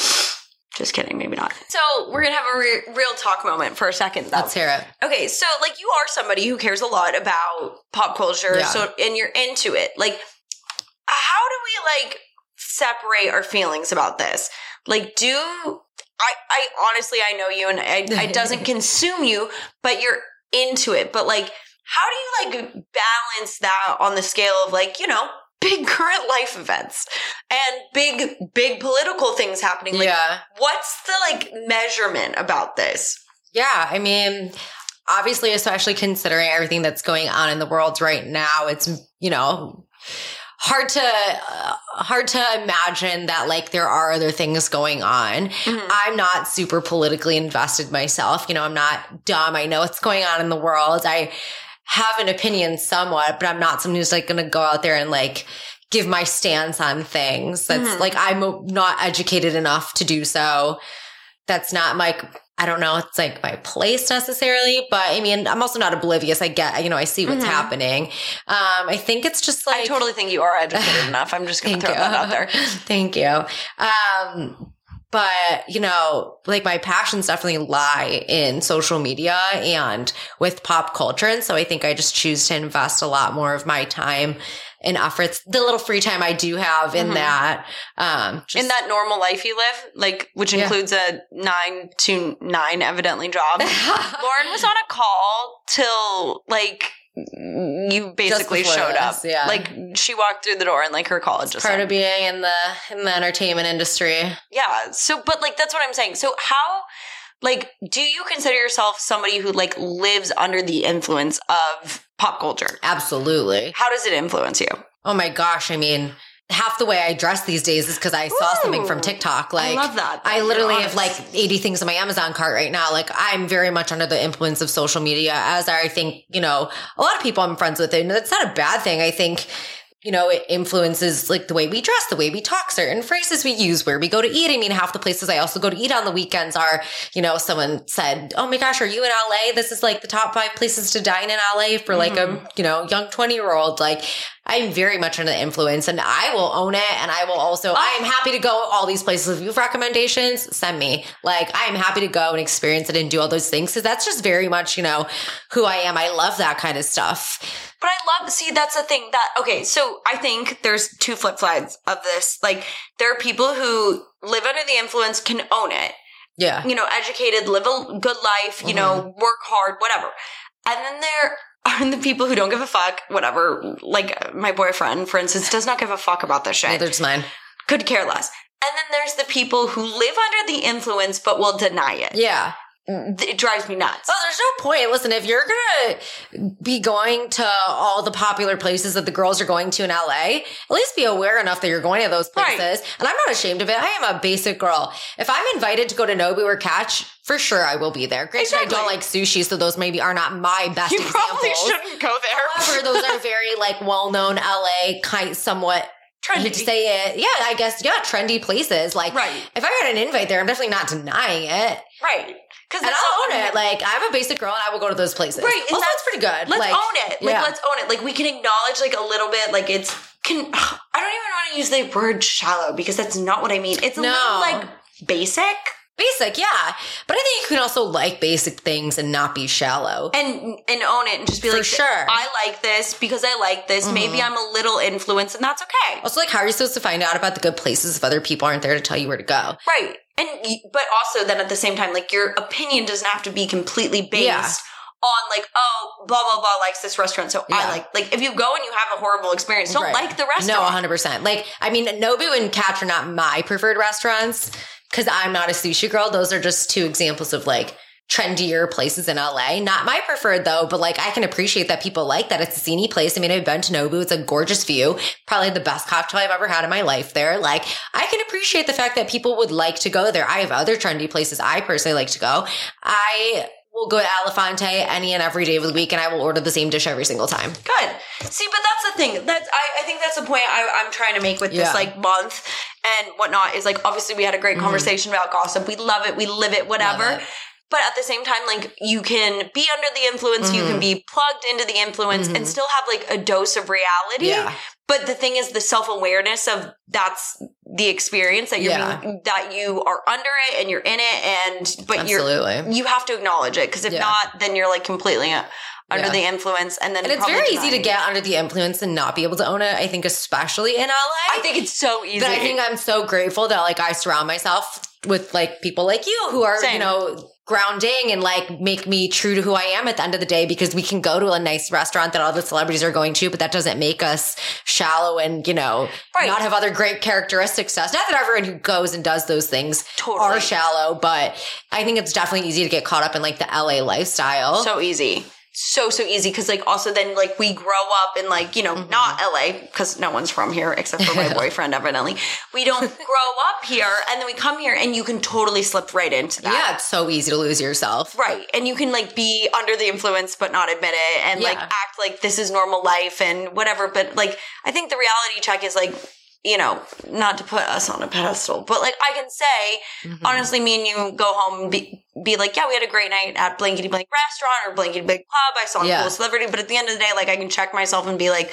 Just kidding. Maybe not. So we're going to have a re- real talk moment for a second. Though.
Let's hear it.
Okay, so like you are somebody who cares a lot about pop culture,
Yeah.
so and you're into it. Like, how do we like separate our feelings about this? Like, do I? I honestly, I know you, and I, I doesn't consume you, but you're into it. But like, how do you like balance that on the scale of like you know big current life events and big big political things happening? Like,
yeah.
what's the like measurement about this?
Yeah, I mean, obviously, especially considering everything that's going on in the world right now, it's you know hard to uh, hard to imagine that like there are other things going on.
Mm-hmm.
I'm not super politically invested myself. You know, I'm not dumb. I know what's going on in the world. I have an opinion somewhat, but I'm not someone who's like going to go out there and like give my stance on things. That's
Mhm.
like I'm not educated enough to do so. That's not like I don't know. It's like my place necessarily, but I mean, I'm also not oblivious. I get, you know, I see what's
Mhm.
happening. Um, I think it's just like
I totally think you are educated enough. I'm just going to
Thank
throw
you.
that out there.
Thank you. Um, but you know, like my passions definitely lie in social media and with pop culture. And so I think I just choose to invest a lot more of my time and efforts, the little free time I do have in
Mhm.
that. Um, just,
In that normal life you live, like which
Yeah.
includes a nine to nine evidently job, Lauren was on a call till like you basically
before
showed up.
this, yeah.
Like she walked through the door and like her college just
Part
ended.
of being in the in the entertainment industry.
Yeah. So, but like, that's what I'm saying. So, how, like, do you consider yourself somebody who like lives under the influence of pop culture?
Absolutely.
How does it influence you?
Oh my gosh, I mean, half the way I dress these days is because I saw something from
Ooh.
TikTok. Like
I love that.
I literally
You're
have like
honest.
80 things in my Amazon cart right now. Like I'm very much under the influence of social media, as I think, you know, a lot of people I'm friends with. And that's not a bad thing. I think, you know, it influences like the way we dress, the way we talk, certain phrases we use, where we go to eat. I mean, half the places I also go to eat on the weekends are, you know, someone said, Oh my gosh, are you in LA? This is like the top five places to dine in LA for like a, you know, young 20 year old. Like I'm very much under the influence and I will own it. And I will also, I am happy to go all these places. If you have recommendations, send me. Like, I'm happy to go and experience it and do all those things. Cause that's just very much, you know, who I am. I love that kind of stuff.
But I love, see, that's the thing that, okay, so I think there's two flip sides of this. Like, there are people who live under the influence, can own it,
Yeah.
you know, educated, live a good life, you know,
Mm-hmm.
work hard, whatever. And then there are the people who don't give a fuck, whatever. Like, my boyfriend, for instance, does not give a fuck about this shit.
Neither does mine.
could care less. And then there's the people who live under the influence but will deny it.
Yeah.
It drives me nuts.
Oh, there's no point. Listen, if you're gonna be going to all the popular places that the girls are going to in LA, at least be aware enough that you're going to those
Right.
places. And I'm not ashamed of it. I am a basic girl. If I'm invited to go to Nobu or Catch, for sure I will be there. Granted, I don't
Exactly.
like sushi, so those maybe are not my best
you
examples.
probably shouldn't go there.
However, those are very like well-known LA kind, somewhat
Trendy.
you'd say it. Yeah, I guess. Yeah, trendy places. Like,
Right.
if I got an invite there, I'm definitely not denying it.
right. Because
And I'll own it. Like I'm a basic girl, and I will go to those places.
Right, and
Also,
that's-
that's pretty good.
let's
like,
own it. Like,
yeah.
let's own it. Like, we can acknowledge, like, a little bit, like, it's. Can, I don't even want to use the word shallow because that's not what I mean. It's a
No.
little, like, basic.
basic, yeah. But I think you can also like basic things and not be shallow.
And and own it and just be
For
like,
sure. Mm-hmm.
I like this because I like this. Maybe I'm a little influenced and that's okay.
also, like, how are you supposed to find out about the good places if other people aren't there to tell you where to go?
Right. And y- but also then at the same time, like your opinion doesn't have to be completely based
Yeah.
on like, oh, blah blah blah likes this restaurant, so
Yeah.
I like like if you go and you have a horrible experience, don't
Right.
like the
No,
restaurant.
100. percent Like, I mean, Nobu and Catch are not my preferred restaurants because I'm not a sushi girl. Those are just two examples of like trendier places in LA. Not my preferred though, but like I can appreciate that people like that. It's a scenic place. I mean, I've been to Nobu. It's a gorgeous view. Probably the best cocktail I've ever had in my life there. Like, I can appreciate the fact that people would like to go there. I have other trendy places I personally like to go. I will go to Elefante any and every day of the week and I will order the same dish every single time.
Good. See, but that's the thing. That's I, I think that's the point I, I'm trying to make with
Yeah. Mm-hmm.
this like month and whatnot is like obviously we had a great conversation about gossip. We love it, we live it, whatever.
Love it.
But at the same time, like you can be under the influence, you
Mm-hmm.
can be plugged into the influence and still have like a dose of reality.
Yeah.
But the thing is the self-awareness of that's the experience that you're
Yeah.
being, that you are under it and you're in it and but you're
Absolutely.
you have to acknowledge it because if
Yeah.
not then you're like completely uh, under
Yeah.
the influence and then
And it's
probably
very easy
denying
to get under the influence and not be able to own it. I think, especially in LA.
I think it's so easy.
but I think I'm so grateful that like I surround myself with like people like you who are you
Same.
know grounding and like make me true to who I am at the end of the day because we can go to a nice restaurant that all the celebrities are going to, but that doesn't make us shallow and you know
Right.
not have other great characteristics. To us. Not that everyone who goes and does those things
Totally.
are shallow, but I think it's definitely easy to get caught up in like the LA lifestyle.
so easy. So so easy because like also then like we grow up in like you know
Mm-hmm.
not LA because no one's from here except for my boyfriend evidently we don't grow up here and then we come here and you can totally slip right into that
yeah, it's so easy to lose yourself.
right and you can like be under the influence but not admit it and like
Yeah.
act like this is normal life and whatever but like I think the reality check is like you know not to put us on a pedestal but like I can say
Mm-hmm.
honestly, me and you go home and be, be like, yeah, we had a great night at blankety blank restaurant or blankety blank pub. I saw a
Yeah.
cool celebrity, but at the end of the day, like I can check myself and be like,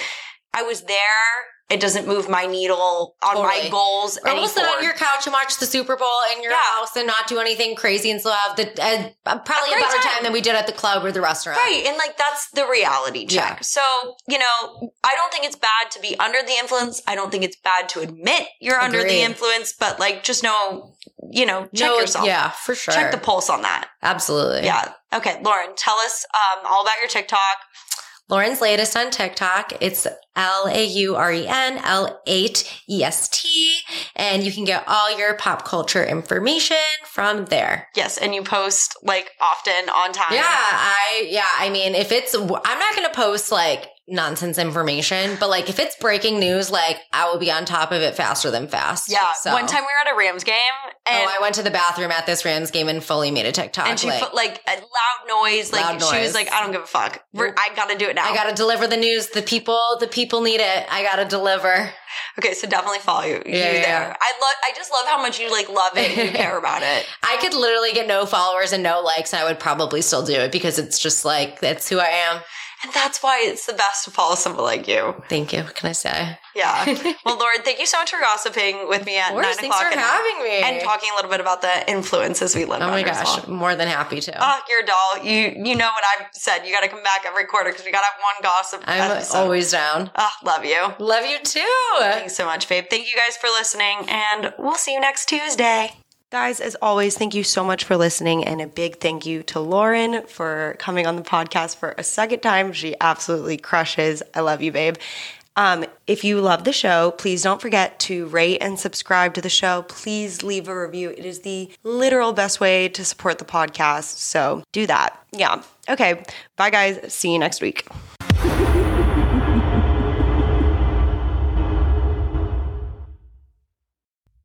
I was there. It doesn't move my needle on
Totally.
my goals.
Or
any
we'll sit on
forward.
your couch and watch the Super Bowl in your
Yeah.
house and not do anything crazy and still have the uh, probably a,
great
better time.
time.
than we did at the club or the restaurant.
Right. And like that's the reality check.
Yeah.
So, you know, I don't think it's bad to be under the influence. I don't think it's bad to admit you're under the
Agreed.
influence, but like just know, you know, check
No,
yourself.
Yeah, for sure.
Check the pulse on that.
Absolutely.
Yeah. Okay, Lauren, tell us um, all about your TikTok.
Lauren's latest on TikTok. It's L A U R E N L 8 E S T. And you can get all your pop culture information from there.
Yes, and you post like often on time.
Yeah, I yeah, I mean, if it's I'm not going to post like nonsense information, but like if it's breaking news, like I will be on top of it faster than fast.
Yeah.
So.
One time we were at a Rams game and
oh, I went to the bathroom at this Rams game and fully made a TikTok.
and she
like,
put like a loud noise. Like
Loud
she
noise.
was like, I don't give a fuck. We're, I gotta do it now.
I gotta deliver the news. The people, the people need it. I gotta deliver.
okay, so definitely follow you, you
Yeah, yeah,
there.
yeah.
I love. I just love how much you like love it. and You care about it.
I could literally get no followers and no likes, and I would probably still do it because it's just like that's who I am.
And that's why it's the best to follow someone like you.
Thank you. What can I say?
Yeah. well, Lauren, thank you so much for gossiping with me at
Of course,
nine
thanks
o'clock
for
at night
having me.
and talking a little bit about the influences we live
oh
under.
my
as
gosh,
well.
more than happy to.
Oh, you're a doll. You you know what I've said. You got to come back every quarter because we got to have one gossip.
I'm
episode.
always down.
Ah, love you.
Love you too.
Thanks so much, babe. Thank you guys for listening, and we'll see you next Tuesday.
Guys, as always, thank you so much for listening and a big thank you to Lauren for coming on the podcast for a second time. She absolutely crushes. I love you, babe. Um, if you love the show, please don't forget to rate and subscribe to the show. Please leave a review. It is the literal best way to support the podcast. So do that. Yeah. Okay. Bye, guys. See you next week.